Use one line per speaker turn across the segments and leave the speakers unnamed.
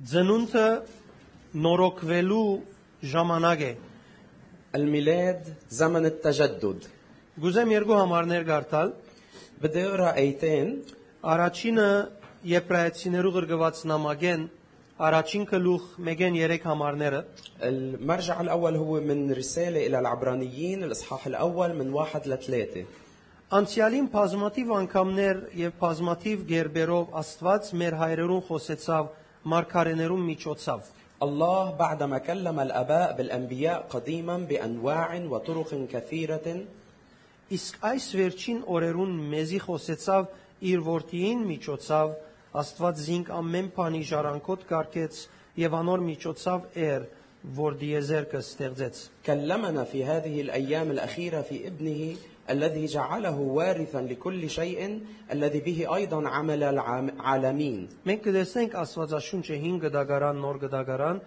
Ձնունտը նորոգվելու ժամանակ է։
الميلاد زمن التجدد
Գուզեմ երկու համարներ գարտալ։
بدي اقرا ايتين
Առաջինը Եբրայեցիներու գրգված նամակեն առաջին գլուխ 1-ն 3 համարները
المرجع الاول هو من رساله الى العبرانيين الاصحاح الاول من واحد لثلاثه
Անցյալին բազմաթիվ անգամներ եւ բազմաթիվ ģերբերով Աստված մեր հայրերուն խոսեցավ մարգարեներուն միջոցով։
الله بعدما كلم الاباء بالانبياء قديما بانواع وطرق كثيره
Իսկ այս վերջին օրերուն մեզի խոսեցավ իր որդիին միջոցով Աստված զինք ամեն բանի ժառանգոտ կարկեց եւ անոր միջոցով էր, որ դիեզերկը ստեղծեց։
كلمنا في هذه الايام الاخيره في ابنه الذي جعله وارثا لكل شيء الذي به ايضا عمل العالمين
Մենք կտեսնենք Աստվածաշունչը 5 գդագարան, նոր գդագարան,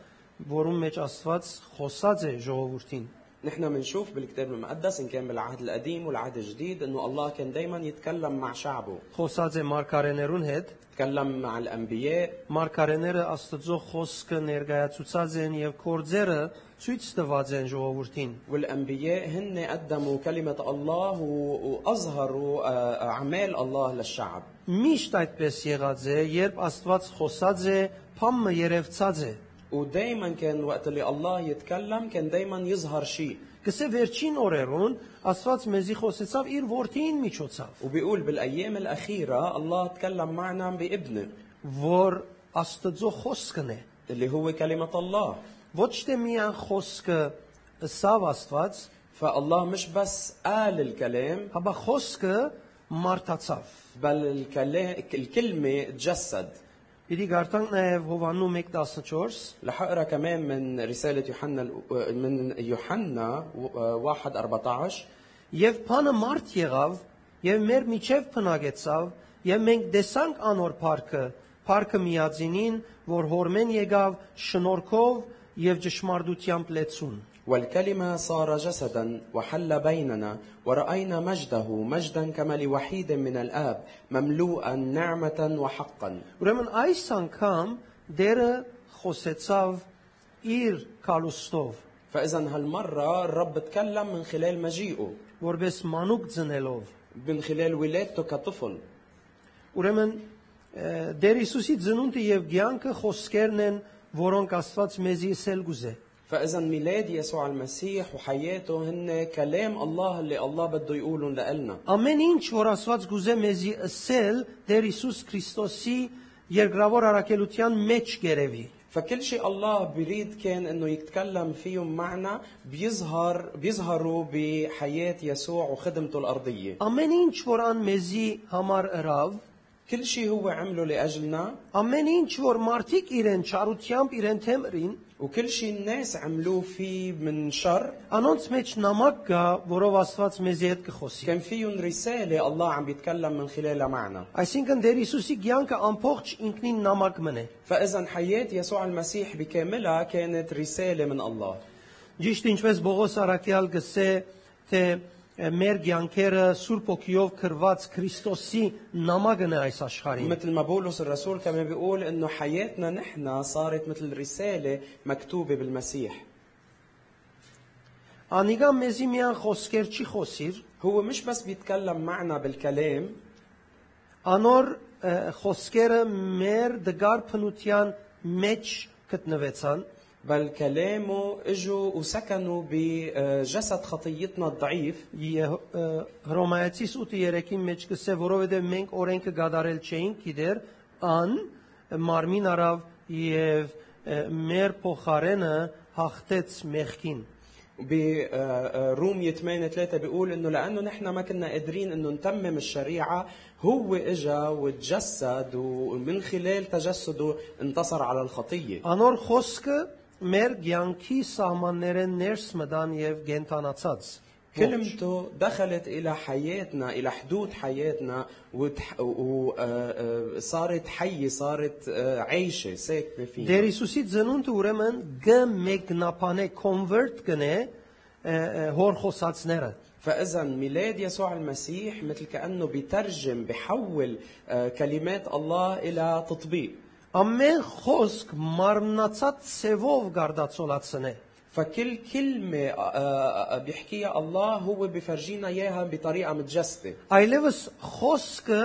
որում մեջ Աստված խոսած է ժողովրդին։
نحن بنشوف بالكتاب المقدس ان كان بالعهد القديم والعهد الجديد انه الله كان دائما يتكلم مع شعبه
Խոսած է մարգարեներուն հետ,
تكلم مع الانبياء
Մարգարեները Աստծո խոսքը ներկայացուցած են եւ կորձերը ցույց տված են ժողովրդին։
والانبياء هن قدموا كلمه الله و- واظهروا آه، اعمال الله للشعب
Միշտ այդպես եղած է, երբ Աստված խոսած է, փամը երևցած է։
ودائما كان وقت اللي الله يتكلم كان دائما يظهر شيء
Գսե վերջին օրերուն Աստված մեզի խոսեցավ իր որդին միջոցով,
وبيقول بالايام الاخيره الله تكلم معنا بابنه
որ Աստծո խոսքն է։
اللي هو كلمه الله
Ոչ թե միայն խոսքը ըսավ Աստված,
فالله مش بس قال الكلام
հաբա խոսքը մարդացավ։
بل الكلا- الكلمه تجسد
Իդի գարտանք նաև Հովաննու 1:14
رح اقرا كمان من رساله يوحنا الأ- من يوحنا 1 14
Եվ փանը մարդ եղավ, եւ մեր միջև փնագեցավ, եւ մենք տեսանք անոր парքը, парքը միածինին, որ հորմեն եկավ շնորհքով եւ ճշմարտությամբ լեցուն։
والكلمة صار جسدا وحل بيننا ورأينا مجده مجدا كما لوحيد من الآب مملوءا نعمة وحقا
Ուրեմն այս անգամ դերը խոսեցավ իր կալուստով,
فإذا هالمرة الرب تكلم من خلال مجيئه
որբես մանուկ ծնելով։
من خلال ولادته كطفل
Ուրեմն ը, դեր Հիսուսի ծնունդը եւ ցանկը խոսքերն են, որոնք Աստված մեզի սել գուզե։
فإذا ميلاد يسوع المسيح وحياته هن كلام الله اللي الله بده يقولهم لنا
Ամեն ինչ, որ Աստված գուզե մեզի ասել, Տեր Հիսուս Քրիստոսի երկրավոր առաքելության մեջ գերեվի։
فكل شيء الله بريد كان انه يتكلم فيهم معنا بيظهر بيظهروا بحياة يسوع وخدمته الأرضية
Ամեն ինչ, որ ան մեզի համար ըրավ,
كل شيء هو عمله لأجلنا
ամեն ինչ, որ մարդիկ իրեն ճարությամբ իրեն թեմրին,
وكل شيء الناس عملوه فيه من شر
անոնց մեջ նամակ կա, որով Աստված մեզի հետ կխոսի։
كان فيهم رسالة الله عم بيتكلم من خلالها معنا
Այսինքն Տեր Հիսուսի ցանկը ամբողջ ինքնին նամակ մնե։
فإذا حياة يسوع المسيح بكاملها كانت رسالة من الله
Ճիշտ ինչպես Բողոս Արաքյալ գսե, թե ը, մեր ցանկերը Սուրբ Օքիով քրված Քրիստոսի նամակն է այս աշխարհին։
مثل ما بولس الرسول كمان بيقول انه حياتنا نحن صارت مثل رسالة مكتوبة بالمسيح
Անիգա մեզի միան խոսքեր չի խոսիր,
هو مش بس بيتكلم معنا بالكلام
անոր ը, խոսքերը մեր դգար փնության մեջ գտնվեցան,
بل كلامه اجوا وسكنوا بجسد خطيتنا الضعيف
Եհ- ը, Հռոմայացիս 8:3-ի մեջ գսե, որովհետև մենք օրենքը գադարել չէինք, գիտեր, ան մարմին արավ եւ ը, մեր փոխարենը հաղթեց մեղքին։
برومية 8 3 بيقول انه لانه نحن ما كنا قادرين انه نتمم الشريعه هو اجا وتجسد ومن خلال تجسده انتصر على الخطيه
Անոր խոսքը մեր ցանկի սահմաններեն ներս մտան եւ գենտանացած։
كلمته دخلت الى حياتنا الى حدود حياتنا آه، وصارت حيه صارت آه، عايشه ساكنه فينا
Դեր Հիսուսի ծնունդը ուրեմն գմեկնապանե convert կնե ը, ը, հոր խոսածները։
فاذا ميلاد يسوع المسيح مثل كانه بيترجم بحول آه، كلمات الله الى تطبيق
ամեն խոսք մարմնացած ցևով գարդացոլացնե
فكل كلمة آه، آه، بيحكيها الله هو بفرجينا إياها بطريقة متجسدة
այլևս խոսքը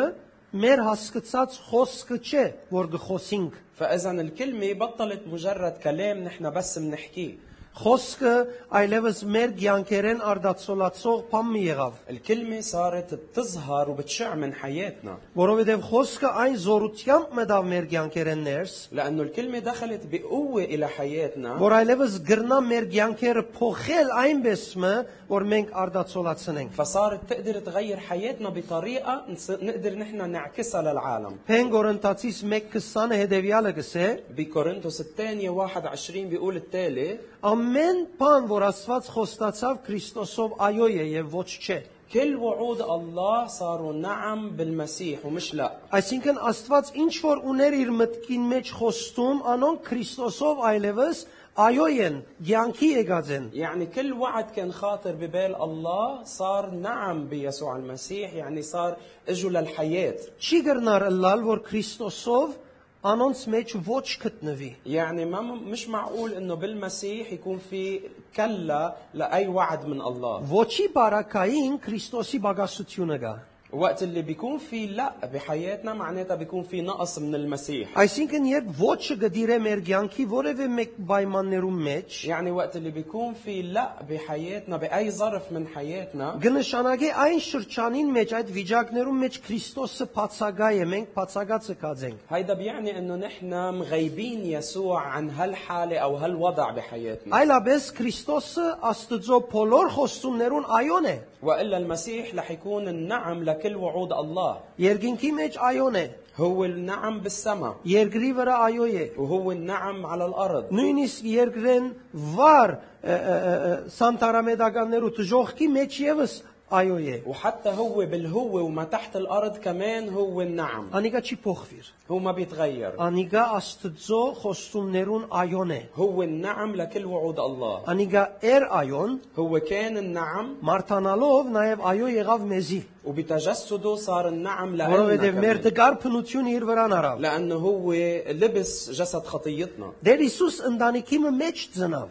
մեր հասկացած խոսքը չէ որ գխոսինք
فإذا الكلمة بطلت مجرد كلام نحن بس بنحكيه
խոսքը այլևս մեր ցանկերեն արդացոլացող փամի եղավ
الكلمة صارت بتظهر وبتشع من حياتنا
որովհետև խոսքը այն զորությամբ մտավ մեր ցանկերեն ներս
لأنه الكلمة دخلت بقوة إلى حياتنا
որ այլևս գրնա մեր ցանկերը փոխել այնպեսմը որ մենք արդացոլացնենք
فصارت تقدر تغير حياتنا بطريقة نس- نقدر نحن نعكسها للعالم
Փենգորենտացիս 1:20-ը հետևյալը գսե.
بكورنثوس الثانية 21 بيقول التالي
Ամեն բան, որ Աստված խոստացավ Քրիստոսով, այո է եւ ոչ չէ։
كل وعود الله صاروا نعم بالمسيح ومش لا
Այսինքն Աստված ինչ որ ուներ իր մտքին մեջ խոստում, անոնք Քրիստոսով այլևս այո են, յանքի եկած են։
يعني كل وعد كان خاطر ببال الله صار نعم بيسوع المسيح يعني صار اجوا للحياة
Չի գրնար լալ, որ Քրիստոսով անոնց մեջ ոչ գտնվի։
يعني ما مش معقول انه بالمسيح يكون في كلا لاي وعد من الله
Ոչի բարակային Քրիստոսի բագասությունը կա։
وقت اللي بيكون في لا بحياتنا معناتها بيكون في نقص من المسيح
Այսինքն երբ ոչը գդիրե մեր յանքի որևէ մեկ պայմաններում մեջ,
يعني وقت اللي بيكون في لا بحياتنا باي ظرف من حياتنا
Գնշանագե այն շրջանին մեջ այդ վիճակներում մեջ Քրիստոսը բացակայ է, մենք բացակացը կածենք։
هيدا بيعني انه نحن مغيبين يسوع عن هالحاله او هالوضع بحياتنا
Այլապես Քրիստոսը Աստծո բոլոր խոստումներուն այոն է։
والا المسيح رح يكون النعم لكل وعود الله
Երկինքի մեջ այոն է,
هو النعم بالسماء
երկրի վրա այո է։
وهو النعم على الارض
Նույնիսկ երկրեն վար ը, ը, ը, ը, սանտարամեդականներու դժողքի մեջ եւս այո է։
وحتى هو بالهو وما تحت الارض كمان هو النعم
Անիկա չի փոխվիր։
هو ما بيتغير
Անիկա Աստծո խոստումներուն այոն է։
هو النعم لكل وعود الله
Անիկա էր այոն,
هو كان النعم
մարտանալով նաև այո եղավ մեզի։
وبتجسده صار النعم لنا
Որովհետև մեր
كمان.
դգար փնությունը իր վրան արավ։
لانه هو لبس جسد خطيتنا
Դեր Հիսուս ընտանիքի մը մեջ ծնավ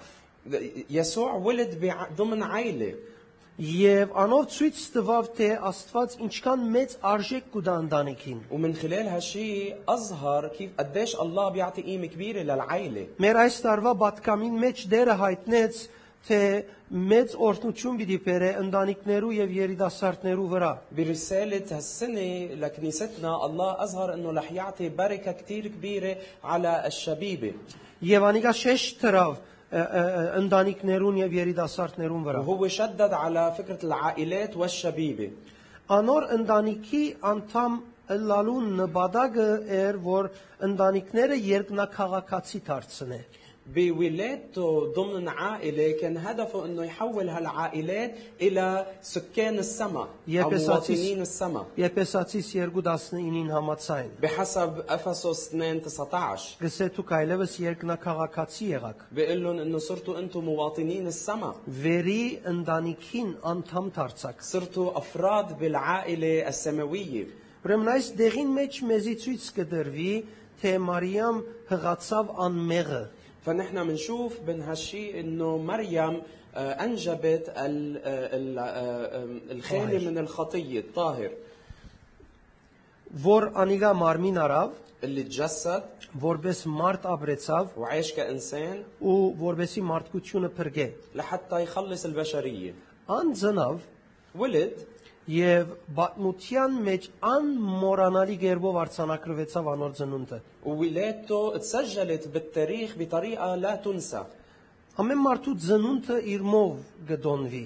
يسوع ولد بع- ضمن عائله
եւ անով ցույց տվավ թե Աստված ինչքան մեծ արժեք կուտա ընտանիքին։
ومن خلال هالشيء اظهر كيف قديش الله بيعطي قيمه كبيره للعائله
Մեր այս տարվա բատկամին մեջ դերը հայտնեց թե մեծ օրհնություն պիտի բերե ընտանիքներու եւ երիտասարդներու վրա։
برسالة هالسنة لكنيستنا الله أظهر أنه رح يعطي بركة كتير كبيرة على الشبيبة
Եվ անիկա շեշ դրավ ը, ը, ը, ընտանիքներուն եւ երիտասարդներուն վրա։
وهو شدد على فكرة العائلات والشبيبة
Անոր ընտանիքի անդամ լալուն նպատակը էր, որ ընտանիքները երկնակաղակացի դարձնե։
بولادته ضمن عائلة كان هدفه أنه يحول هالعائلات إلى سكان السماء
يا
أو
بساتس.
مواطنين السماء
Եփեսացիս 2:19-ին համաձայն։
بحسب أفسس 2 19
Գսե դու կայլևս երկնակաղակացի եղաք։
بيقول لهم أنه صرتوا أنتم مواطنين السماء
Վերի ընտանիքին անդամ դարձակ։
صرتوا أفراد بالعائلة السماوية
Ուրեմն այս դեղին մեջ մեզի ցույց կդրվի, թե Մարիամ հղացավ անմեղը։
فنحن بنشوف من هالشيء انه مريم آه، انجبت ال- آه، ال- آه، آم، الخالي من الخطيه الطاهر
Որ անիգա մարմին արավ,
اللي تجسد
որբես մարդ ապրեցավ
وعاش كانسان
ու որբեսի մարդկությունը փրկե։
لحتى يخلص البشريه
Անձնավ
ولد
եւ բաթմության մեջ անմորանալի ģերբով արցանակրվեցավ անոր ծնունդը։
وولادته تسجلت بالتاريخ بطريقه لا تنسى
Ամեն մարդու ծնունդը իր մով գդոնվի,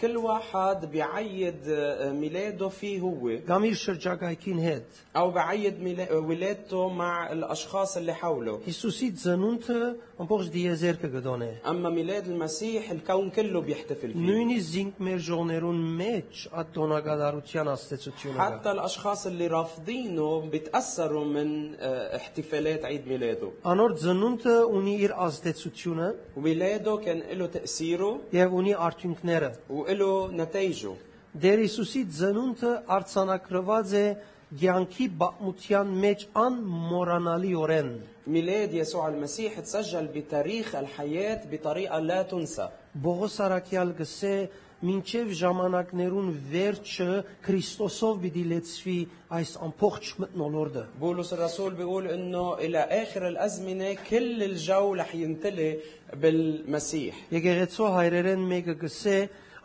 كل واحد بيعيد آه، ميلاده فيه هو
կամ իր շրջակայքին հետ։
او بعيد ميلا- آه، ولادته مع الاشخاص اللي حوله
Հիսուսի ծնունդը ամբողջ դիեզերքը գդոնե։
اما ميلاد المسيح الكون كله بيحتفل فيه
Նույնիսկ զինք մեր ժողներուն մեջ այդ տոնակատարության աստեցությունը կա։
حتى الاشخاص اللي رافضينه بيتاثروا من آه، احتفالات عيد ميلاده
Անոր ծնունդը ունի իր ազդեցությունը
ولاده كان له تاثيره
եւ ունի արդյունքները։
وله نتائجه
Դեր Հիսուսի ծնունդը արցանակրված է ցանկի բամության մեջ անմորանալիորեն
ميلاد يسوع المسيح تسجل بتاريخ الحياة بطريقة لا تنسى
Բողոս Արաքյալ գսե մինչև ժամանակներուն վերջը Քրիստոսով պիտի լեցվի այս ամբողջ մտնոլորտը
بولس الرسول بيقول انه الى اخر الازمنه كل الجو رح يمتلي بالمسيح
Եկեղեցու հայրերեն մեկը գսե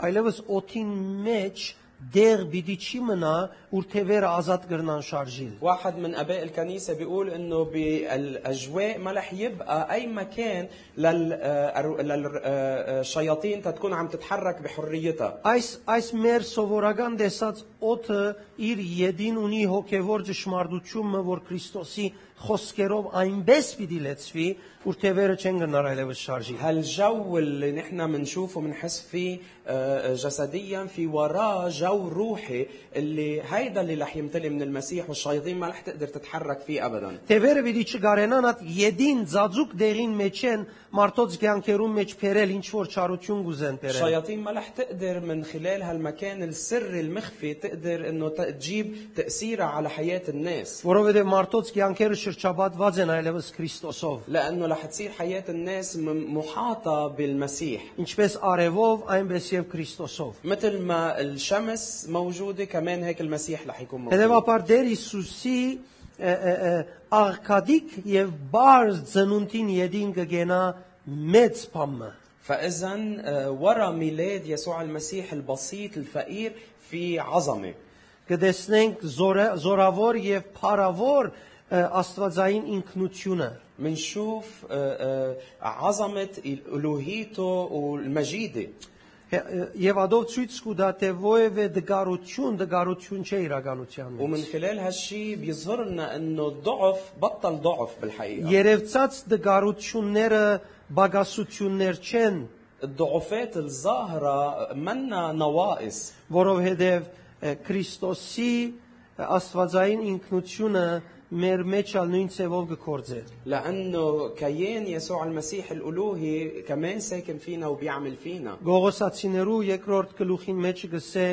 այլևս օթին մեջ դեղ պիտի չի մնա ուր թևերը ազատ կրնան շարժիլ
واحد من اباء الكنيسه بيقول انه بالاجواء ما رح يبقى اي مكان آه، للشياطين آه، تتكون عم تتحرك بحريتها
Այս այս մեր սովորական դեսած օթը իր յեդին ունի հոգևոր ճշմարտությունը, որ Քրիստոսի խոսքերով այնպես պիտի լեցվի, որ թևերը չեն գնար այլևս շարժի։
هالجو اللي نحن بنشوفه بنحس فيه آه، جسديا في وراه جو روحي اللي هيدا اللي رح يمتلي من المسيح والشياطين ما رح تقدر تتحرك فيه ابدا
Թևերը պիտի չգարենան այդ յեդին ծածուկ դերին մեջ են մարդոց ցանկերուն մեջ փերել ինչ որ չարություն գուզեն տերել։
الشياطين ما رح تقدر من خلال هالمكان السري المخفي تقدر انه ت- تجيب تاثيرها على حياه الناس
Որովհետև մարդոց ցանկերը շրջապատված են այլևս Քրիստոսով,
لانه رح تصير حياه الناس م- محاطه بالمسيح
ինչպես արևով, այնպես եւ Քրիստոսով։
مثل ما الشمس موجوده كمان هيك المسيح رح يكون موجود
Հետևաբար Տեր Հիսուսի ը, ը, ը, աղքատիկ եւ բարձ ծնունդին յեդին կգենա մեծ փամը։
فاذا آه، ورا ميلاد يسوع المسيح البسيط الفقير في عظمه
Կդեսնենք զորը- զորավոր եւ փարավոր ը, աստվածային ինքնությունը։
منشوف آه، عظمة ألوهيته والمجيدة
Հե- ը, Եվ ադով ցույց կուտա թե ովևէ դգարություն, դգարություն չէ իրականության։ մեջ։
ومن خلال هالشي بيظهر لنا انه الضعف بطل ضعف بالحقيقه
Երևցած դգարությունները բագասություններ չեն,
الضعفات الظاهره منا نواقص
որովհետև ը, Քրիստոսի ը, աստվածային ինքնությունը մեր մեջ ալ նույն ցևով կգործեր։
لانه كيان يسوع المسيح الالوهي كمان ساكن فينا وبيعمل فينا
Գողոսացիներու երկրորդ գլուխին մեջ գսե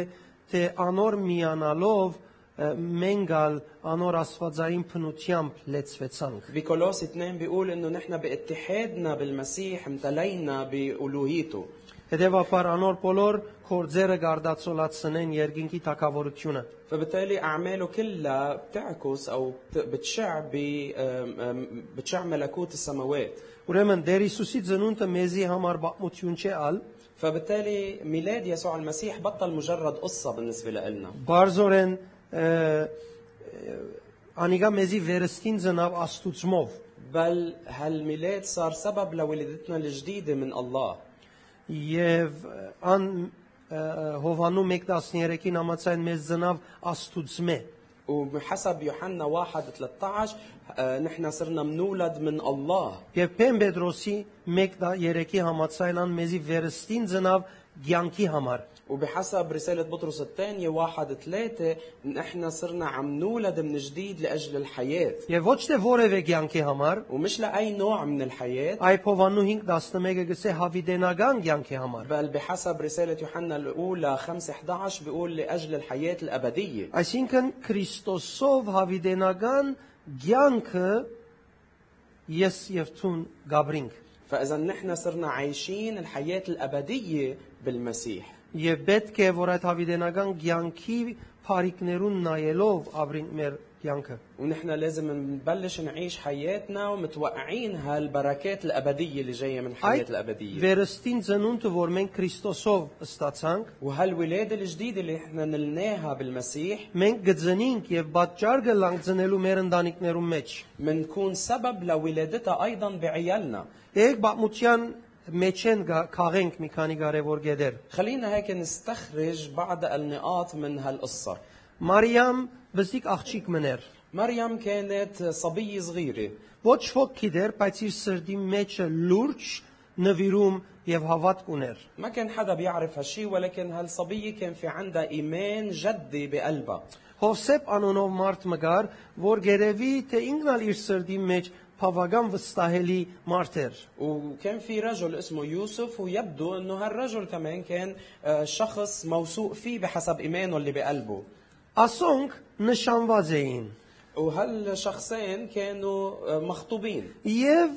թե անոր միանալով ը, մենգալ անոր աստվածային փնությամբ լեցվեցանք։
بكولوس 2 بيقول انه نحن باتحادنا بالمسيح امتلينا بالوهيته
Հետևաբար անոր բոլոր կորձերը գարդացոլացնեն երկինքի թակավորությունը։
فبالتالي اعماله كلها بتعكس او بت- بتشع ب آم، آم، بتشع ملكوت السماوات
Ուրեմն Տեր Հիսուսի ծնունդը մեզի համար բացություն չէ ալ,
فبالتالي ميلاد يسوع المسيح بطل مجرد قصة بالنسبة لنا
բարձորեն ը, ը, անիկա մեզի վերստին ծնավ աստուծմով։
بل هالميلاد صار سبب لولادتنا الجديدة من الله
Եվ ան ը, Հովանու 1:13-ին համաձայն մեզ ծնավ Աստուծմե։
وحسب يوحنا 1 13 آه، نحن صرنا منولد من الله
Եվ Պեն Պետրոսի 1:3-ի համաձայն ան մեզի վերստին ծնավ ցանկի համար։
وبحسب رسالة بطرس الثانية واحد ثلاثة نحن صرنا عم نولد من جديد لأجل الحياة
Եվ ոչ թե որևէ ցանկի համար,
ومش لأي نوع من الحياة
այլ Հովանու 5:11-ը գսե հավիտենական ցանկի համար։
بل بحسب رسالة يوحنا الأولى 5 11 بيقول لأجل الحياة الأبدية
Այսինքն Քրիստոսով հավիտենական ցանկը ես եւ ցուն գաբրինք։
فإذا نحن صرنا عايشين الحياة الأبدية بالمسيح
Եվ պետք է որ այդ հավիտենական ցանկի բարիկներուն նայելով ապրենք մեր ցանկը։
ونحن لازم نبلش نعيش حياتنا ومتوقعين هالبركات الأبدية اللي جاية من حياة
Այդ
الأبدية
վերստին ծնունդը, որ մենք Քրիստոսով ստացանք,
وهالولادة الجديدة اللي احنا نلناها بالمسيح
մենք գծնինք եւ պատճառ կլանք ծնելու մեր ընտանիքներուն մեջ։
منكون سبب لولادتها أيضا بعيالنا
Եկ բամության մեջ են գա- քաղենք մի քանի կարևոր գեդեր։
خلينا هيك نستخرج بعض النقاط من هالقصة
Մարիամ բզիկ աղջիկ մներ։
مريم كانت صبية صغيرة
Ոչ ոք գիտեր, բայց իր սրտի մեջը լուրջ նվիրում եւ հավատք ուներ։
ما كان حدا بيعرف هالشي ولكن هالصبية كان في عندها إيمان جدي بقلبها
Հովսեփ անոնով մարդ մգար, որ գերեւի թե ինքնալ իր սրդի մեջ բավական վստահելի մարդ էր։
وكان في رجل اسمه يوسف ويبدو انه هالرجل كمان كان آه، شخص موثوق فيه بحسب ايمانه اللي بقلبه
ասոնք նշանված էին
وهالشخصين كانوا آه، مخطوبين
եւ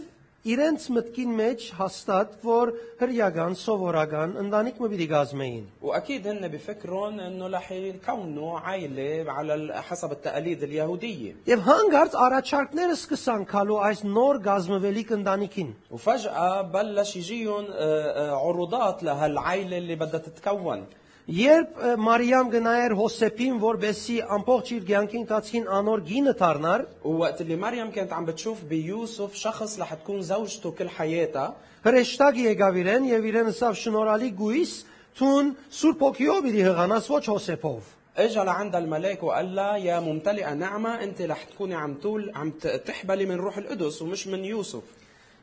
իրենց մտքին մեջ հաստատ որ հրյական սովորական ընտանիք մը պիտի գազմեին
واكيد هن بفكرهم انه رح يكونوا عائله على ال- حسب التقاليد اليهوديه
եւ հանգարց առաջարկները սկսան քալու այս նոր գազմվելիք ընտանիքին
وفجاه بلش يجيهم آه، آه، عروضات لهالعائله اللي بدها تتكون
Երբ ը, Մարիամ գնայր Հոսեփին, որբեսի ամբողջ իր ցանկի ընթացքին անոր գինը դառնար,
ووقت اللي مريم كانت عم بتشوف بيوسف شخص رح تكون زوجته كل حياتها
հրեշտակ եկավ իրեն եւ իրեն ասավ շնորհալի գույս, ցուն Սուրբ ոգիով իր հղանաս ոչ Հոսեփով։
اجى لعندها الملاك وقال لها يا ممتلئه نعمه انت رح تكوني عم تول عم ت- تحبلي من روح القدس ومش من يوسف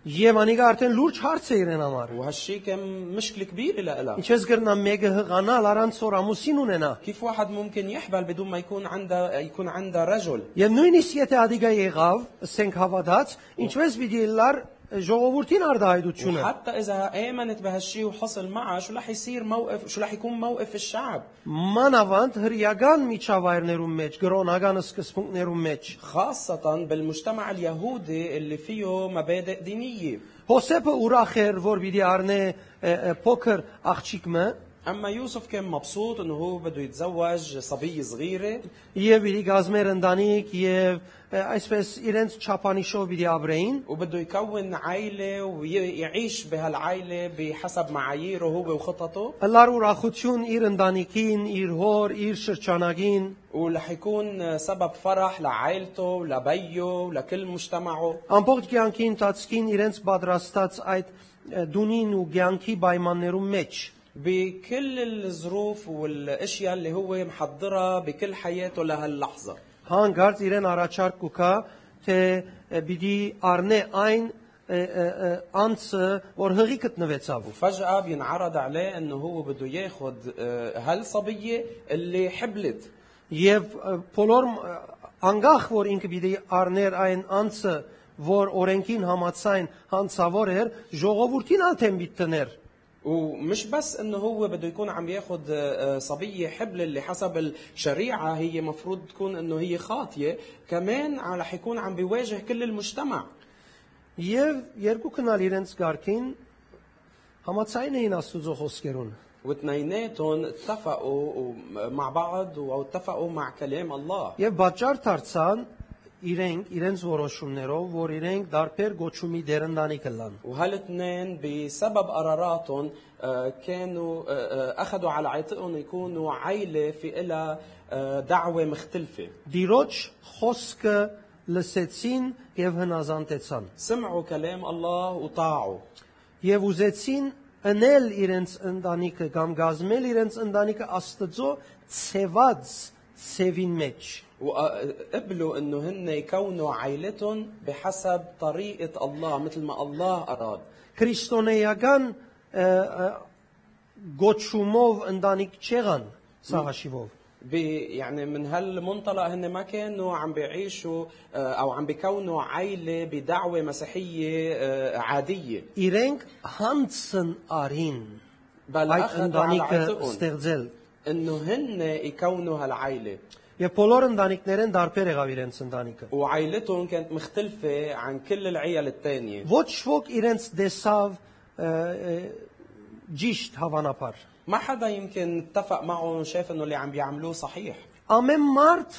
Եվ անիկա արդեն լուրջ հարց է իրեն համար։
وهالشي كان مشكله كبيره لها
Ինչպես կրնա մեկը հղանալ առանց սորամուսին ունենա։
كيف واحد ممكن يحبل بدون ما يكون عندها يكون عندها رجل
Եվ նույնիսկ եթե ադիգա եղավ, ասենք հավատաց, ինչպես պիտի լար ժողովրդին արդահայտությունը։
حتى اذا امنت بهالشي وحصل معها شو رح يصير موقف شو رح يكون موقف الشعب
Մանավանդ հրյական միջավայրներում մեջ, գրոնական սկզբունքներում մեջ
خاصة بالمجتمع اليهودي اللي فيه مبادئ دينية
Հոսեփը ուրախ էր, որ պիտի առնե ը, ը, փոքր աղջիկը
أما يوسف كان مبسوط إنه هو بده يتزوج صبية صغيرة
եւ իր գազմեր ընտանիք եւ ը, այսպես իրենց չափանիշով պիտի ապրեին
وبده يكون عائلة ويعيش بهالعائلة بحسب معاييره هو وخططه
լար ուրախություն իր ընտանիքին, իր հոր, իր շրջանակին,
ورح يكون سبب فرح لعائلته ولبيه ولكل مجتمعه
ամբողջ ցանկի ընթացքին իրենց պատրաստած այդ ը, դունին ու ցանկի պայմաններում մեջ։
بكل الظروف والاشياء اللي هو محضرها بكل حياته لهاللحظه
Հանգարց իրեն առաջարկ կուքա, թե ը, պիտի առնե այն ը, ը, ը, անձը, որ հղի գտնվեցավ։
فجاه بينعرض عليه انه هو بده ياخذ آه، هالصبيه اللي حبلت
Եվ ը, բոլոր մ- անգախ որ ինքը պիտի առներ այն անձը, որ օրենքին համացայն հանցավոր էր, ժողովրդին ալթեմ դիտներ։
ومش بس انه هو بده يكون عم ياخذ آه، آه، صبيه حبل اللي حسب الشريعه هي مفروض تكون انه هي خاطيه كمان ع- رح يكون عم بيواجه كل المجتمع
Եվ երկու քնալ իրենց ղարքին համացայն էին Աստուծո խոսքերուն։
واثنيناتهم اتفقوا و- مع بعض او اتفقوا مع كلام الله
Եվ բաճար դարձան իրենք իրենց որոշումներով, որ իրենք դարբեր գոչումի դերնդանի կլան։
وهالاثنين بسبب قراراتهم آه، كانوا آه، آه، اخذوا على عاتقهم يكونوا عائله في إلها آه، دعوه مختلفه
Դիրոջ խոսքը լսեցին եւ հնազանդեցան։
سمعوا كلام الله وطاعوا
եւ ուզեցին ընել իրենց ընտանիքը կամ գազմել իրենց ընտանիքը Աստծո ցեված ցևին մեջ։
وقبلوا انه هن يكونوا عائلتهم بحسب طريقه الله مثل ما الله اراد
Քրիստոնեական ը, ը, գոչումով ընտանիք չեղան սա հաշիվով։
ب- يعني من هالمنطلق هن ما كانوا عم بيعيشوا آه، او عم بيكونوا عائله بدعوه مسيحيه آه، عاديه
Իրենք հանցն արին
بل
այդ
اخذوا على
ընտանիքը
عاتقهم
ստեղծել։
انه هن يكونوا هالعائله
Եվ բոլոր ընտանիքներեն դարբեր եղավ իրենց ընտանիքը։
وعائلتهم كانت مختلفة عن كل العيال الثانية
Ոչ ոք իրենց տեսավ ը, ը, ճիշտ հավանաբար։
ما حدا يمكن اتفق معهم شاف انه اللي عم بيعملوه صحيح
Ամեն մարդ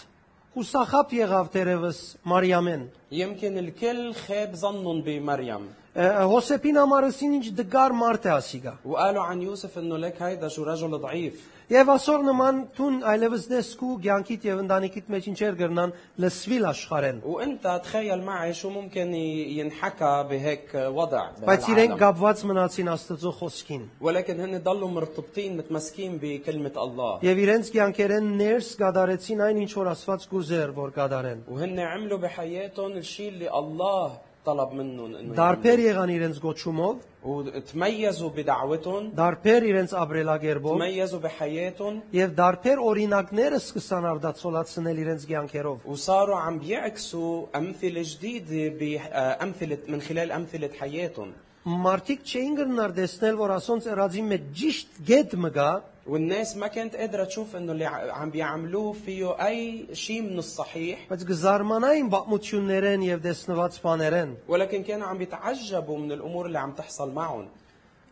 հուսախապ եղավ դերևս Մարիամեն։
يمكن الكل خاب ظنهم بمريم
Ը, Հոսեփին ամարսին ինչ դգար մարդ է ասիգա։
وقالوا عن يوسف انه لك هيدا شو رجل ضعيف
Եվ ասոր նման տուն այլևս դեսկու ցանկիտ եւ ընտանիքիդ մեջ ինչեր գրնան լսվիլ աշխարեն։
وانت تخيل معي شو ممكن ي- ينحكى بهيك وضع
Բայց իրենք
بهالعالم.
գապված մնացին Աստծո խոսքին։
ولكن هن ضلوا مرتبطين متمسكين بكلمة الله
Եվ իրենց ցանկերեն ներս գադարեցին այն ինչ որ Աստված գուզեր որ գադարեն։
وهن عملوا بحياتهم الشيء اللي الله طلب منهم انه
Դարբեր եղան իրենց գոչումով,
يعملوا. وتميزوا بدعوتهم
դարբեր իրենց ապրելակերպով
تميزوا بحياتهم
եւ դարբեր օրինակները սկսան արդացոլացնել իրենց ցանկերով։
وصاروا عم بيعكسوا أمثلة جديدة بأمثلة من خلال أمثلة حياتهم
Մարդիկ չէին գնար տեսնել, որ ասոնց երազի մեջ ճիշտ գետ մգա,
والناس ما كانت قادرة تشوف انه اللي ع- عم بيعملوه فيه اي شيء من الصحيح
Բայց գզարմանային բացություններեն եւ դեսնված բաներեն
ولكن كانوا عم بيتعجبوا من الامور اللي عم تحصل معهم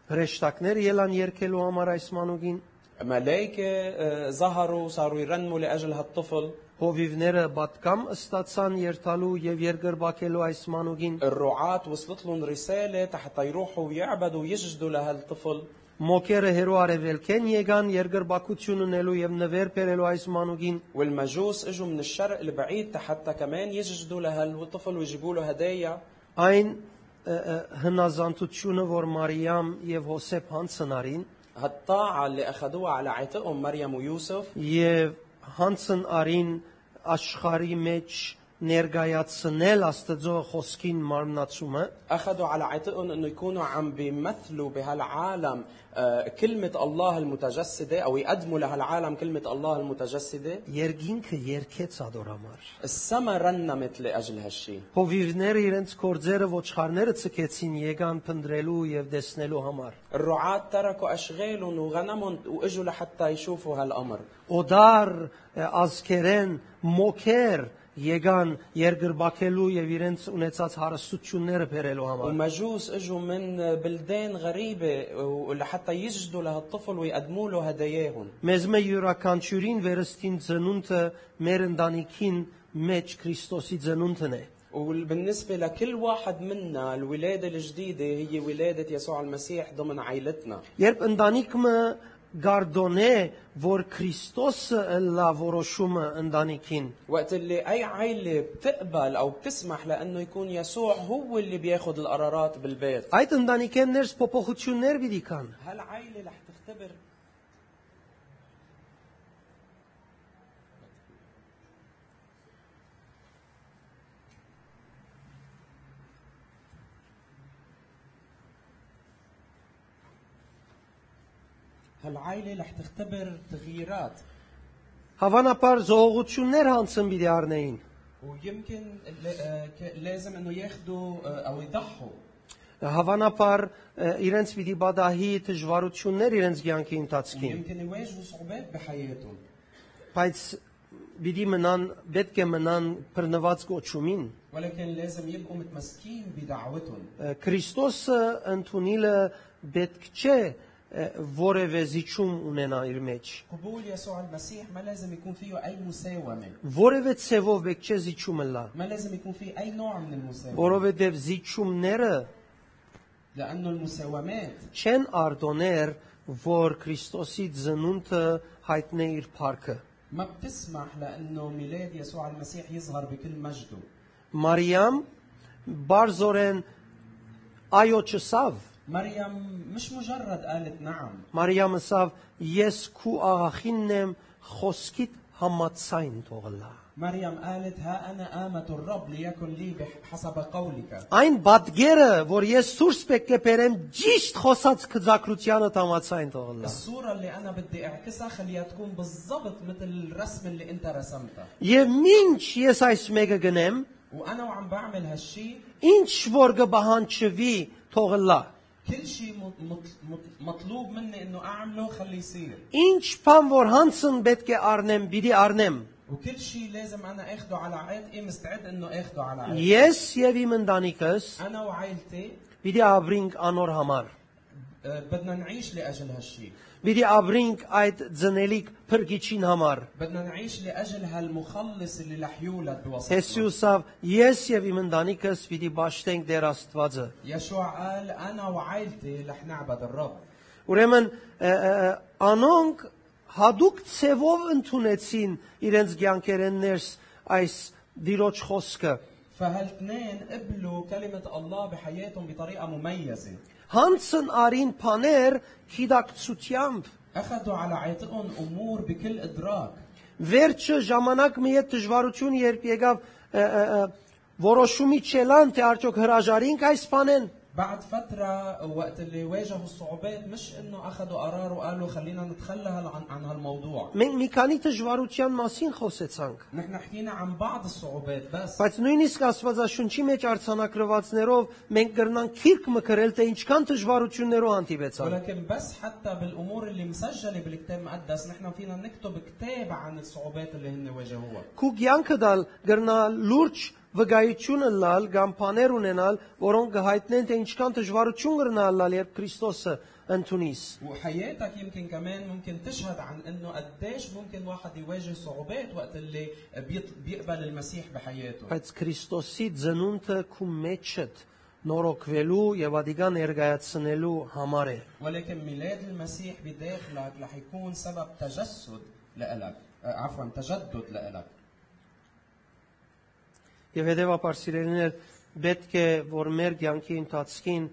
հրեշտակներ ելան երկելու համար այս մանուկին,
ملايكة آه، ظهروا وصاروا يرنموا لأجل هالطفل
հովիվները բատկամ ստացան երթալու եւ երկրբակելու այս մանուկին,
الرعاة وصلت لهم رسالة حتى يروحوا ويعبدوا ويسجدوا لهالطفل
մոկերը հերո արևելքեն եկան երկրբակություն ունելու եւ նվեր բերելու այս մանուկին,
والمجوس اجوا من الشرق البعيد حتى كمان يسجدوا لهالطفل ويجيبوا له هدايا
այն ը, ը, հնազանդությունը, որ Մարիամ եւ Հոսեփ հանցնարին
هالطاعة اللي أخذوها على عاتقهم مريم ويوسف
եւ հանցն արին աշխարի մեջ ներգայացնել Աստծո խոսքին մարմնացումը
أخذوا على عاتقهم أنه يكونوا عم بيمثلوا بهالعالم آه، كلمة الله المتجسدة أو يقدموا لهالعالم كلمة الله المتجسدة
երգինքը երկեց ադոր համար
السما رنمت لأجل هالشي
Հովիվները իրենց կորձերը ոչխարները ցկեցին եկան փնտրելու եւ տեսնելու համար
الرعاة تركوا أشغالهم وغنمهم وإجوا لحتى يشوفوا هالأمر
օդար ազգերեն մոքեր եկան երգրբակելու եւ իրենց ունեցած հարստությունները բերելու համար
والمجوس اجوا من بلدان غريبة ولحتى يسجدوا لهالطفل ويقدموا له هداياهم
մեզ մե յուրաքանչյուրին վերստին ծնունդը մեր ընտանիքին մեջ Քրիստոսի ծնունդն է
وبالنسبة لكل واحد منا الولادة الجديدة هي ولادة يسوع المسيح ضمن عائلتنا
Երբ ընտանիքը գարդոնե, որ Քրիստոսը լա որոշումը ընտանիքին,
وقت اللي أي عائلة بتقبل أو بتسمح لأنه يكون يسوع هو اللي بياخد القرارات بالبيت
այդ ընտանիքեն ներս փոփոխություններ պիտի կան։
هالعائلة رح تختبر هالعائلة رح تختبر تغييرات
Հավանաբար զողողություններ հանցն պիտի առնեին։
ويمكن ل- آه، ك- لازم انه ياخذوا او يضحوا
Հավանաբար ը, իրենց պիտի բադահի դժվարություններ իրենց ցանկի ընթացքին,
يمكن يواجهوا صعوبات بحياتهم
բայց պիտի մնան, պետք է մնան բռնված կոչումին։
ولكن لازم يبقوا متمسكين بدعوتهم
Ը, Քրիստոսը ընդունիլը պետք չէ ը, որևէ զիջում ունենա իր մեջ։
قبول يسوع المسيح ما لازم يكون فيه أي مساومة
Որևէ ցևով պետք չէ զիջումը լա։
ما لازم يكون فيه أي نوع من المساومة
որովհետև զիջումները
لأنه المساومات
չեն արդոներ, որ Քրիստոսի ծնունդը հայտնե իր փառքը։
ما بتسمح لأنه ميلاد يسوع المسيح يظهر بكل مجده
Մարիամ բարձորեն այո չսավ,
مريم مش مجرد قالت نعم
Մարիամը սավ ես քու աղախինն եմ խոսքիդ համացայն թողլա։
مريم قالت ها أنا آمة الرب ليكن لي بح- حسب قولك
Այն բադգերը, որ ես սուրս պետք է բերեմ ճիշտ խոսած քծակրությանը համացայն թողլա։
الصورة اللي أنا بدي أعكسها خليها تكون بالضبط مثل الرسم اللي أنت رسمتها
Եվ ինչ ես այս մեկը գնեմ,
وأنا وعم بعمل هالشي
ինչ որ կբահանջվի թողլա։
كل شيء مط- مط- مط- مطلوب مني انه اعمله خليه يصير
Ինչ բան որ հանցն պետք է առնեմ, պիտի առնեմ։
وكل شيء لازم انا اخده على عاتقي مستعد انه اخده على عاتقي
Ես եւ իմ ընտանիքս
انا وعائلتي
պիտի ապրենք անոր համար։
آه، بدنا نعيش لاجل هالشيء
Պիտի ապրենք այդ ձնելիք փրկիչին համար։
بدنا نعيش لاجل هالمخلص اللي رح يولد بوسطنا
Հեսուսով ես եւ իմ ընտանիքս պիտի ճաշտենք Տեր Աստվածը։
يشوع قال انا وعائلتي رح نعبد الرب
Ուրեմն ը, ը, ը, անոնք հadoop ցևով ընդունեցին իրենց ցանկերեններս այս դիրոջ խոսքը։
فهالتنين قبلوا كلمة الله بحياتهم بطريقة مميزة
Հանցն արին փաներ քիդակցությամբ
أخذوا على عاتقهم أمور بكل إدراك
Վերջը ժամանակ մի հետ դժվարություն երբ եկավ ը, ը, ը, որոշումի չելան թե արդյոք հրաժարինք այս բանեն
بعد فترة وقت اللي واجهوا الصعوبات مش انه اخذوا قرار وقالوا خلينا نتخلى هلا عن عن هالموضوع
Մենք մի քանի դժվարության մասին խոսեցանք,
نحن حكينا عن بعض الصعوبات بس
բայց նույնիսկ Աստվածաշունչի մեջ արցանակրվածներով մենք կգրնանք քիրք մկրել, թե ինչքան դժվարություններով հանդիպեցան։
ولكن بس حتى بالامور اللي مسجله بالكتاب المقدس نحن فينا نكتب كتاب عن الصعوبات اللي هن واجهوها
Քու կյանքը դալ գրնալ լուրջ վկայությունը լալ կամ բաներ ունենալ, որոնք կհայտնեն, թե ինչքան դժվարություն կգրնալ լալ, երբ Քրիստոսը ընդունիս։
وحياتك يمكن كمان ممكن تشهد عن انه قديش ممكن واحد يواجه صعوبات وقت اللي بيط- بيقبل المسيح بحياته
Բայց Քրիստոսի ծնունդը քու մեջդ նորոգվելու եւ ադիգա ներգայացնելու համար է։
ولكن ميلاد المسيح بداخلك رح يكون سبب تجسد لإلك آه، عفوا تجدد لإلك
Եվ հետևաբար սիրելիներ, պետք է որ մեր ցանկի ընթացքին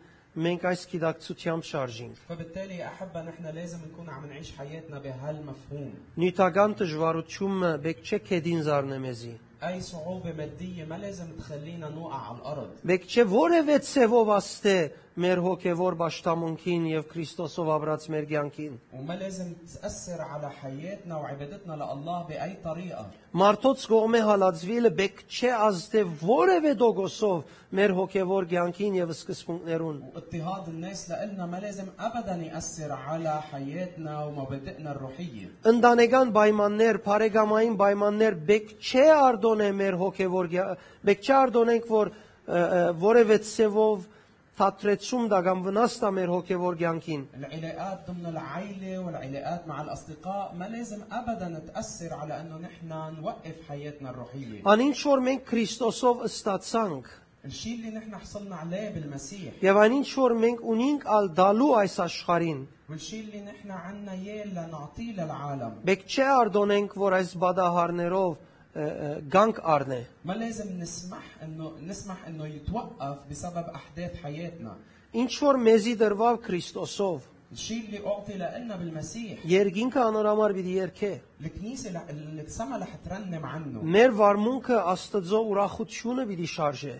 մենք այս գիտակցությամբ շարժենք։
فبالتالي يا أحبة نحن لازم نكون عم نعيش حياتنا بهالمفهوم
Նյութական դժվարությունը բեք չէ քեդին զառնե մեզի։
أي صعوبة مادية ما لازم تخلينا نوقع على الأرض
Բեք չէ որևէ ցևով աստե մեր հոգևոր ճշտամունքին եւ Քրիստոսով ապրած մեր ցանկին։
وما لازم تأثر على حياتنا وعبادتنا لله بأي طريقة
Մարդոց կողմե հալածվելը բեք չէ ազդե որևէ դոգոսով մեր հոգևոր ցանկին եւ սկզբունքներուն։
واضطهاد الناس لإلنا ما لازم أبدا يأثر على حياتنا ومبادئنا الروحية
Ընդանեկան պայմաններ, բարեկամային պայմաններ բեք չէ արդոնե մեր հոգևոր գյա- բեք չէ արդոնենք որ ը, ը, որևէ ցևով թատրեցում դա կամ վնաս տա մեր հոգևոր ցանկին։
العلاقات ضمن العائلة والعلاقات مع الأصدقاء ما لازم أبدا تأثر على أنه نحن نوقف حياتنا الروحية
Ան ինչ որ մենք Քրիստոսով ստացանք
الشيء اللي نحن حصلنا عليه بالمسيح
եւ այն ինչ որ մենք ունենք ալ դալու այս աշխարհին,
والشيء اللي نحن عنا إياه لنعطيه للعالم
բեք չէ արդոնենք որ այս բադահարներով ը, ը, գանք առնե։
ما لازم نسمح أنه نسمح أنه يتوقف بسبب أحداث حياتنا
Ինչ որ մեզի դրվավ Քրիստոսով,
الشيء اللي أعطي لنا بالمسيح
երկինքը անորամար պիտի երկե։
الكنيسة لح- السما رح ترنم عنه
Մեր վարմունքը Աստծո ուրախությունը պիտի շարժե։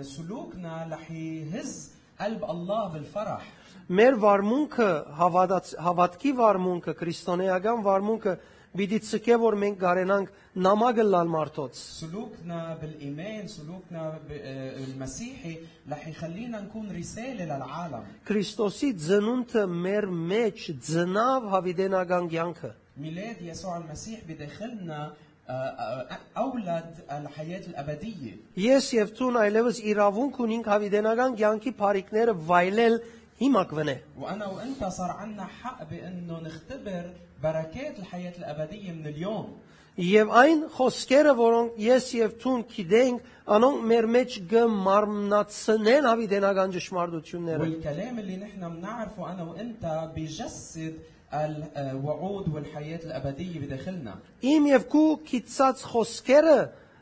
وسلوكنا آه، رح يهز قلب الله بالفرح
Մեր վարմունքը հավատաց- հավատքի վարմունքը, քրիստոնեական վարմունքը պիտի ցկե որ մենք գարենանք նամակը լալ մարդոց։
سلوكنا بالإيمان سلوكنا ب- آه، المسيحي رح يخلينا نكون رسالة للعالم
Քրիստոսի ծնունդը մեր մեջ ծնավ հավիտենական կյանքը։
ميلاد يسوع المسيح بداخلنا آه، آه، أولد الحياة الأبدية
Ես եւ ցուն այլևս իրավունք ունենք հավիտենական կյանքի բարիկները վայելել հիմա կվնե։
وأنا وأنت صار عنا حق بأنه نختبر بركات الحياة الأبدية من اليوم
Եվ այն խոսքերը, որոնք ես եւ ցուն գիտենք, անոնք մեր մեջ գմարմնացնեն հավիտենական ճշմարտությունները։
والكلام اللي نحن بنعرفه أنا وأنت بيجسد الوعود والحياة الأبدية بداخلنا
Իմ եւ քու քիծած խոսքերը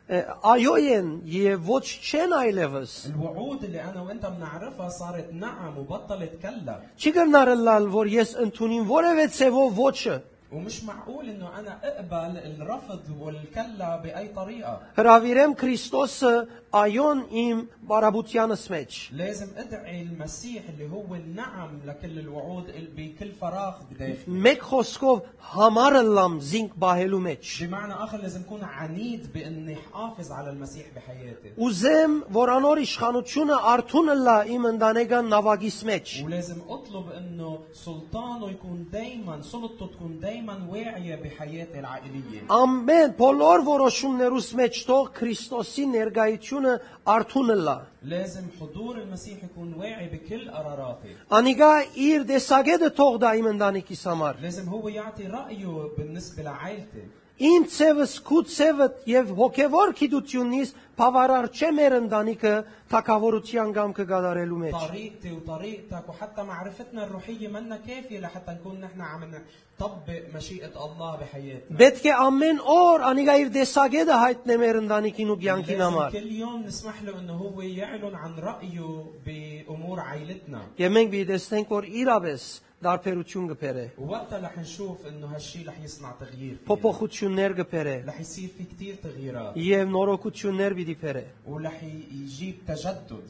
ը, այո են եւ ոչ չեն այլևս։
الوعود اللي أنا وأنت بنعرفها صارت نعم وبطلت كلا
Չի գնարելալ, որ ես ընդունիմ որևէ ցեվով ոչը։
ومش معقول انه انا اقبل الرفض والكلا باي طريقه
Հրավիրեմ Քրիստոսը այոն իմ բարաբությանս մեջ։
لازم ادعي المسيح اللي هو النعم لكل الوعود ال- بكل فراغ بداخلي
Մեկ խոսքով համարը լամ զինք բահելու մեջ։
بمعنى اخر لازم اكون عنيد باني احافظ على المسيح بحياتي
Ուզեմ, որ անոր իշխանությունը արթունը լա իմ ընտանեկան նավագիս մեջ։
ولازم اطلب انه سلطانه يكون دائما سلطته تكون دائما واعيه بحياتي العائليه
Ամեն բոլոր որոշումներուս մեջ թող Քրիստոսի ներկայությունը արթունը լա։
لازم حضور المسيح يكون واعي بكل قراراتي
Անիկա իր դեսագետը թող դա իմ ընտանիքիս համար։
لازم هو يعطي رايه بالنسبه لعائلتي
Իմ ցևս քու ցևդ եւ հոգեվոր քիդությունից բավարար չէ մեր ընտանիքը թակավորության կամ կգալարելու մեջ։
طريقتي وطريقتك وحتى معرفتنا الروحية منا كافية لحتى نكون نحن عم نطبق مشيئة الله بحياتنا
Պետք է ամեն օր անիկա իր դեսագետը հայտնե մեր ընտանիքին ու ցանկին
لازم
համար։
كل يوم نسمح له انه هو يعلن عن رأيه بأمور عائلتنا
Եվ մենք դիտենք, որ իրապես դարբերություն կբերե,
ووقتها رح نشوف انه هالشي رح يصنع تغيير فينا.
փոփոխություններ կբերե
رح يصير في كتير تغييرات
եւ նորոգություններ պիտի բերե։
ورح ي- يجيب تجدد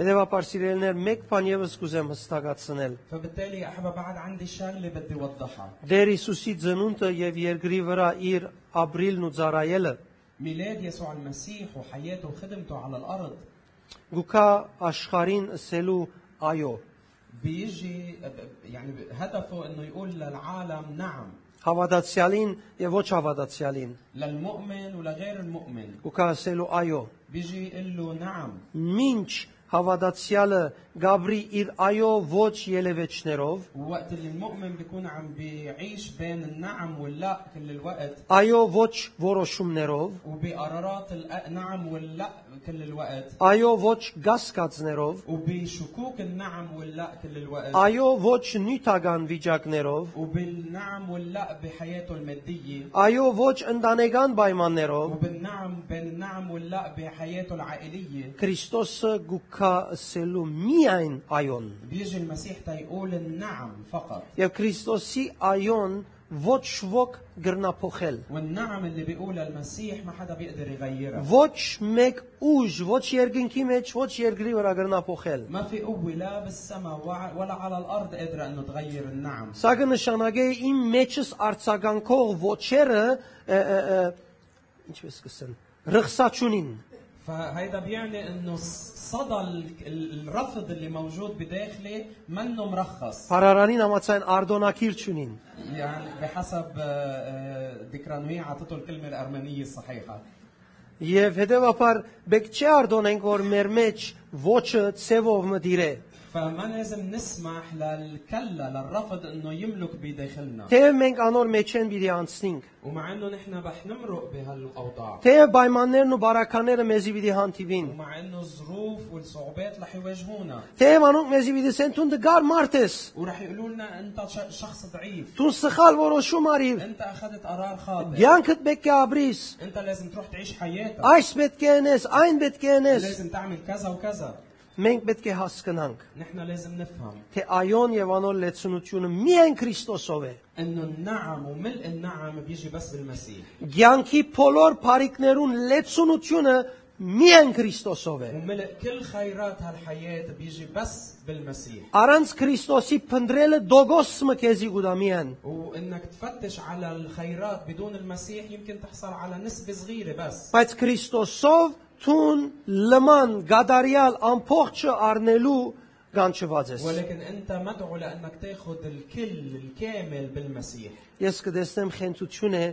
Հետևաբար սիրելիներ, մեկ բան եւս կուզեմ հստակացնել։
فبالتالي يا احبه بعد عندي شغله بدي اوضحها
Դեր Հիսուսի ծնունդը եւ երկրի վրա իր ապրիլն ու ծառայելը
ميلاد يسوع المسيح وحياته وخدمته على الارض
գուքա աշխարհին ասելու այո։
بيجي ب- يعني هدفه انه يقول للعالم نعم
Հավատացյալին եւ ոչ հավատացյալին
للمؤمن ولغير المؤمن
գուքա ասելու այո։
بيجي يقول له نعم
Մինչ հավատացյալը Գաբրի իր այո ոչ ելևեչներով,
ووقت اللي المؤمن بيكون عم بيعيش بين النعم واللا كل الوقت
այո ոչ որոշումներով,
وبقرارات النعم واللا كل الوقت
այո ոչ գասկածներով,
وبشكوك النعم واللا كل الوقت
այո ոչ նյութական վիճակներով,
وبالنعم واللا بحياته المادية
այո ոչ ընտանեկան պայմաններով
وبالنعم بين النعم واللا بحياته العائلية
Քրիստոսը գուքա ասելու միայն այոն։
بيجي المسيح تيقول النعم فقط
Եվ Քրիստոսի այոն ոչ ոք գրնափոխել։
والنعم اللي بيقولها المسيح ما حدا بيقدر يغيرها
Ոչ մեկ ուժ, ոչ երկնքի մեջ, ոչ երկրի վրա գրնափոխել։
ما في قوة لا بالسماء وع- ولا على الأرض قادرة إنه تغير النعم
Սա կնշանակե իմ մեջս արցականքող ոչերը ը, ը, ը, ինչպես կսեն ռխսաչունին։
فهيدا بيعني إنه الص- صدى ال- ال- الرفض اللي موجود بداخلي منه مرخص
Փարարանին համացան արդոնակիր չունին։
يعني بحسب ديكرانوي عطته الكلمة الأرمنية الصحيحة
Եվ հետևաբար բեք չի արդոնենք որ մեր մեջ ոչը ծևով մդիրե։
فما لازم نسمح للكلا للرفض انه يملك بداخلنا
Թե մենք անոր մեջ են բիդի անցնենք,
ومع انه نحن رح نمرق بهالاوضاع
թե պայմաններն ու բարականները մեզի բիդի հանդիվին,
ومع انه الظروف والصعوبات رح يواجهونا
թե մանուկ մեզի բիդի սենտուն դգար մարտես,
ورح يقولوا لنا انت ش- شخص ضعيف
դու սխալ որոշում արի,
انت اخذت قرار خاطئ
ցանկդ պետք է ապրիս,
انت لازم تروح تعيش حياتك
այս պետք է անես, այն պետք է անես։
لازم تعمل كذا وكذا
Մենք պետք է հասկանանք,
نحن لازم نفهم
թե այոն եւ անոր լեցունությունը միայն Քրիստոսով է։
انه النعم وملء النعم بيجي بس بالمسيح
Գյանքի բոլոր բարիկներուն լեցունությունը միայն Քրիստոսով է։
وملء كل خيرات هالحياة بيجي بس بالمسيح
Առանց Քրիստոսի փնդրելը դոգոս մկեզի գուդամիան։
وانك تفتش على الخيرات بدون المسيح يمكن تحصل على نسبة صغيرة بس
Բայց Քրիստոսով ցուն լման գադարյալ ամփոխը առնելու կանչված ես։
ولكن انت مدعو لانك تاخذ الكل الكامل بالمسيح
Ես կտեսնեմ խենթություն է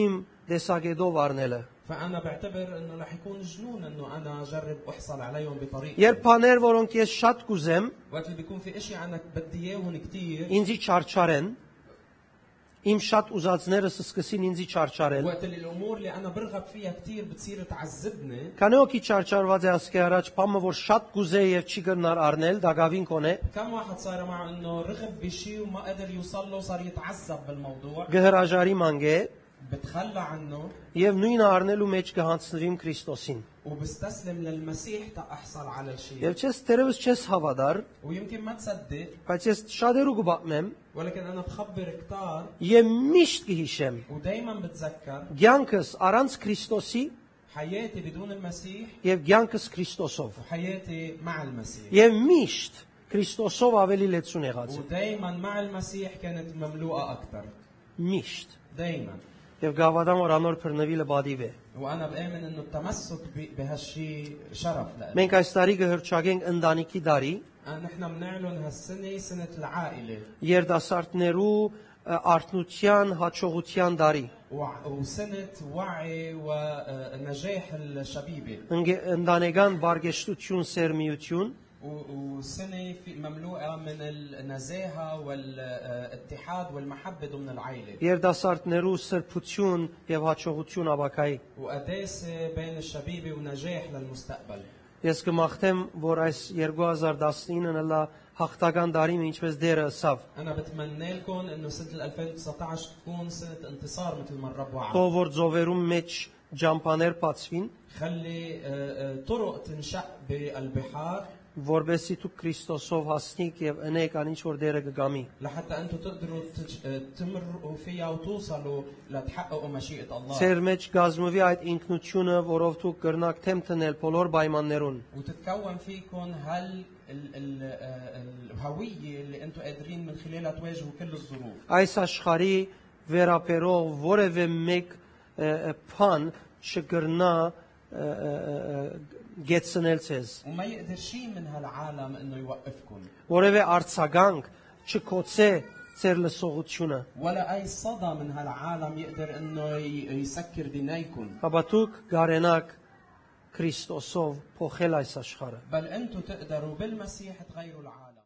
իմ դեսագետով առնելը։
فانا بعتبر انه رح يكون جنون انه انا اجرب احصل عليهم بطريقه
Երբ բաներ, որոնք ես շատ կուզեմ,
وقت اللي بيكون في اشي انا بدي اياهم كثير
ինձի չարչարեն իմ շատ ուզածներս սկսին ինձի չարչարել
وقت اللي الامور اللي انا برغب فيها كثير بتصير تعذبني
քանի ոքի չարչարված է ասկե առաջ բամը որ շատ կուզե եւ չի գտնար առնել դակավին կոնե
كم واحد صار معه انه رغب بشيء وما قدر يوصل له وصار يتعذب بالموضوع
գհրաժարի մանգե
بتخلى عنه
եւ նույնը առնելու մեջ կհանցնվիմ Քրիստոսին
وبستسلم للمسيح تأحصل على الشيء
եւ չես դերևս չես հավատար
ويمكن ما تصدق
բայց ես շատերու կբապնեմ
ولكن انا بخبر كتار
եւ միշտ կհիշեմ
ودايما بتذكر
ցանկս առանց Քրիստոսի
حياتي بدون المسيح
եւ ցանկս Քրիստոսով
وحياتي مع المسيح
եւ միշտ Քրիստոսով ավելի լեցուն եղած եմ,
ودايما مع المسيح كانت مملوءة أكثر
միշտ
دايما
եւ գավադամ որ անոր բռնվիլը բադիվ է
وأنا بآمن إنه التمسك ب- بهالشيء شرف لنا
Մենք այս տարի կհրճագենք ընտանիքի դարի
نحن بنعلن هالسنة سنة العائلة
երդասարտներու ը, արթնության հաջողության դարի
وع- وسنة وعي ونجاح الشبيبة
ընգե- ընտանեկան բարգեշտություն սերմիություն
و- وسنة في- مملوءة من النزاهة والاتحاد والمحبة ضمن العائلة
երդասարտներու սրբություն եւ հաջողություն աբակայի
وقداسة بين الشبيبة ونجاح للمستقبل
ես կմաղթեմ որ այս 2019-ն հլա հաղթական դարին ինչպես դերը ասավ
أنا بتمنى لكم إنه سنة 2019 تكون سنة انتصار مثل ما الرب وعد
թող որ ծովերում մեջ ջամփաներ բացվին
خلي آه، آه، طرق تنشق بالبحار
որբեսի դուք Քրիստոսով հասնիք եւ ընեք ան ինչ որ դերը կգամի։
لحتى انتم تقدروا تج- آه، تمروا فيها وتوصلوا لتحققوا مشيئه الله
Ձեր մեջ գազմվի այդ ինքնությունը, որով դուք կրնակ թեմ տնել բոլոր պայմաններուն։
وتتكون فيكم هال ال- ال- آه، الهويه اللي انتم قادرين من خلالها تواجهوا كل الظروف
Այս աշխարհի վերապերող որևէ մեկ ը, ը, փան չգրնա ը, ը, ը, գեցնել ցեզ։
وما يقدر شيء من هالعالم انه يوقفكم
Որևէ արցագանք չկոցե ձեր լսողությունը։
ولا اي صدى من هالعالم يقدر انه ي- يسكر دينيكم
Հաբա դուք գարենակ Քրիստոսով փոխել այս աշխարհը։
بل انتم تقدروا بالمسيح تغيروا العالم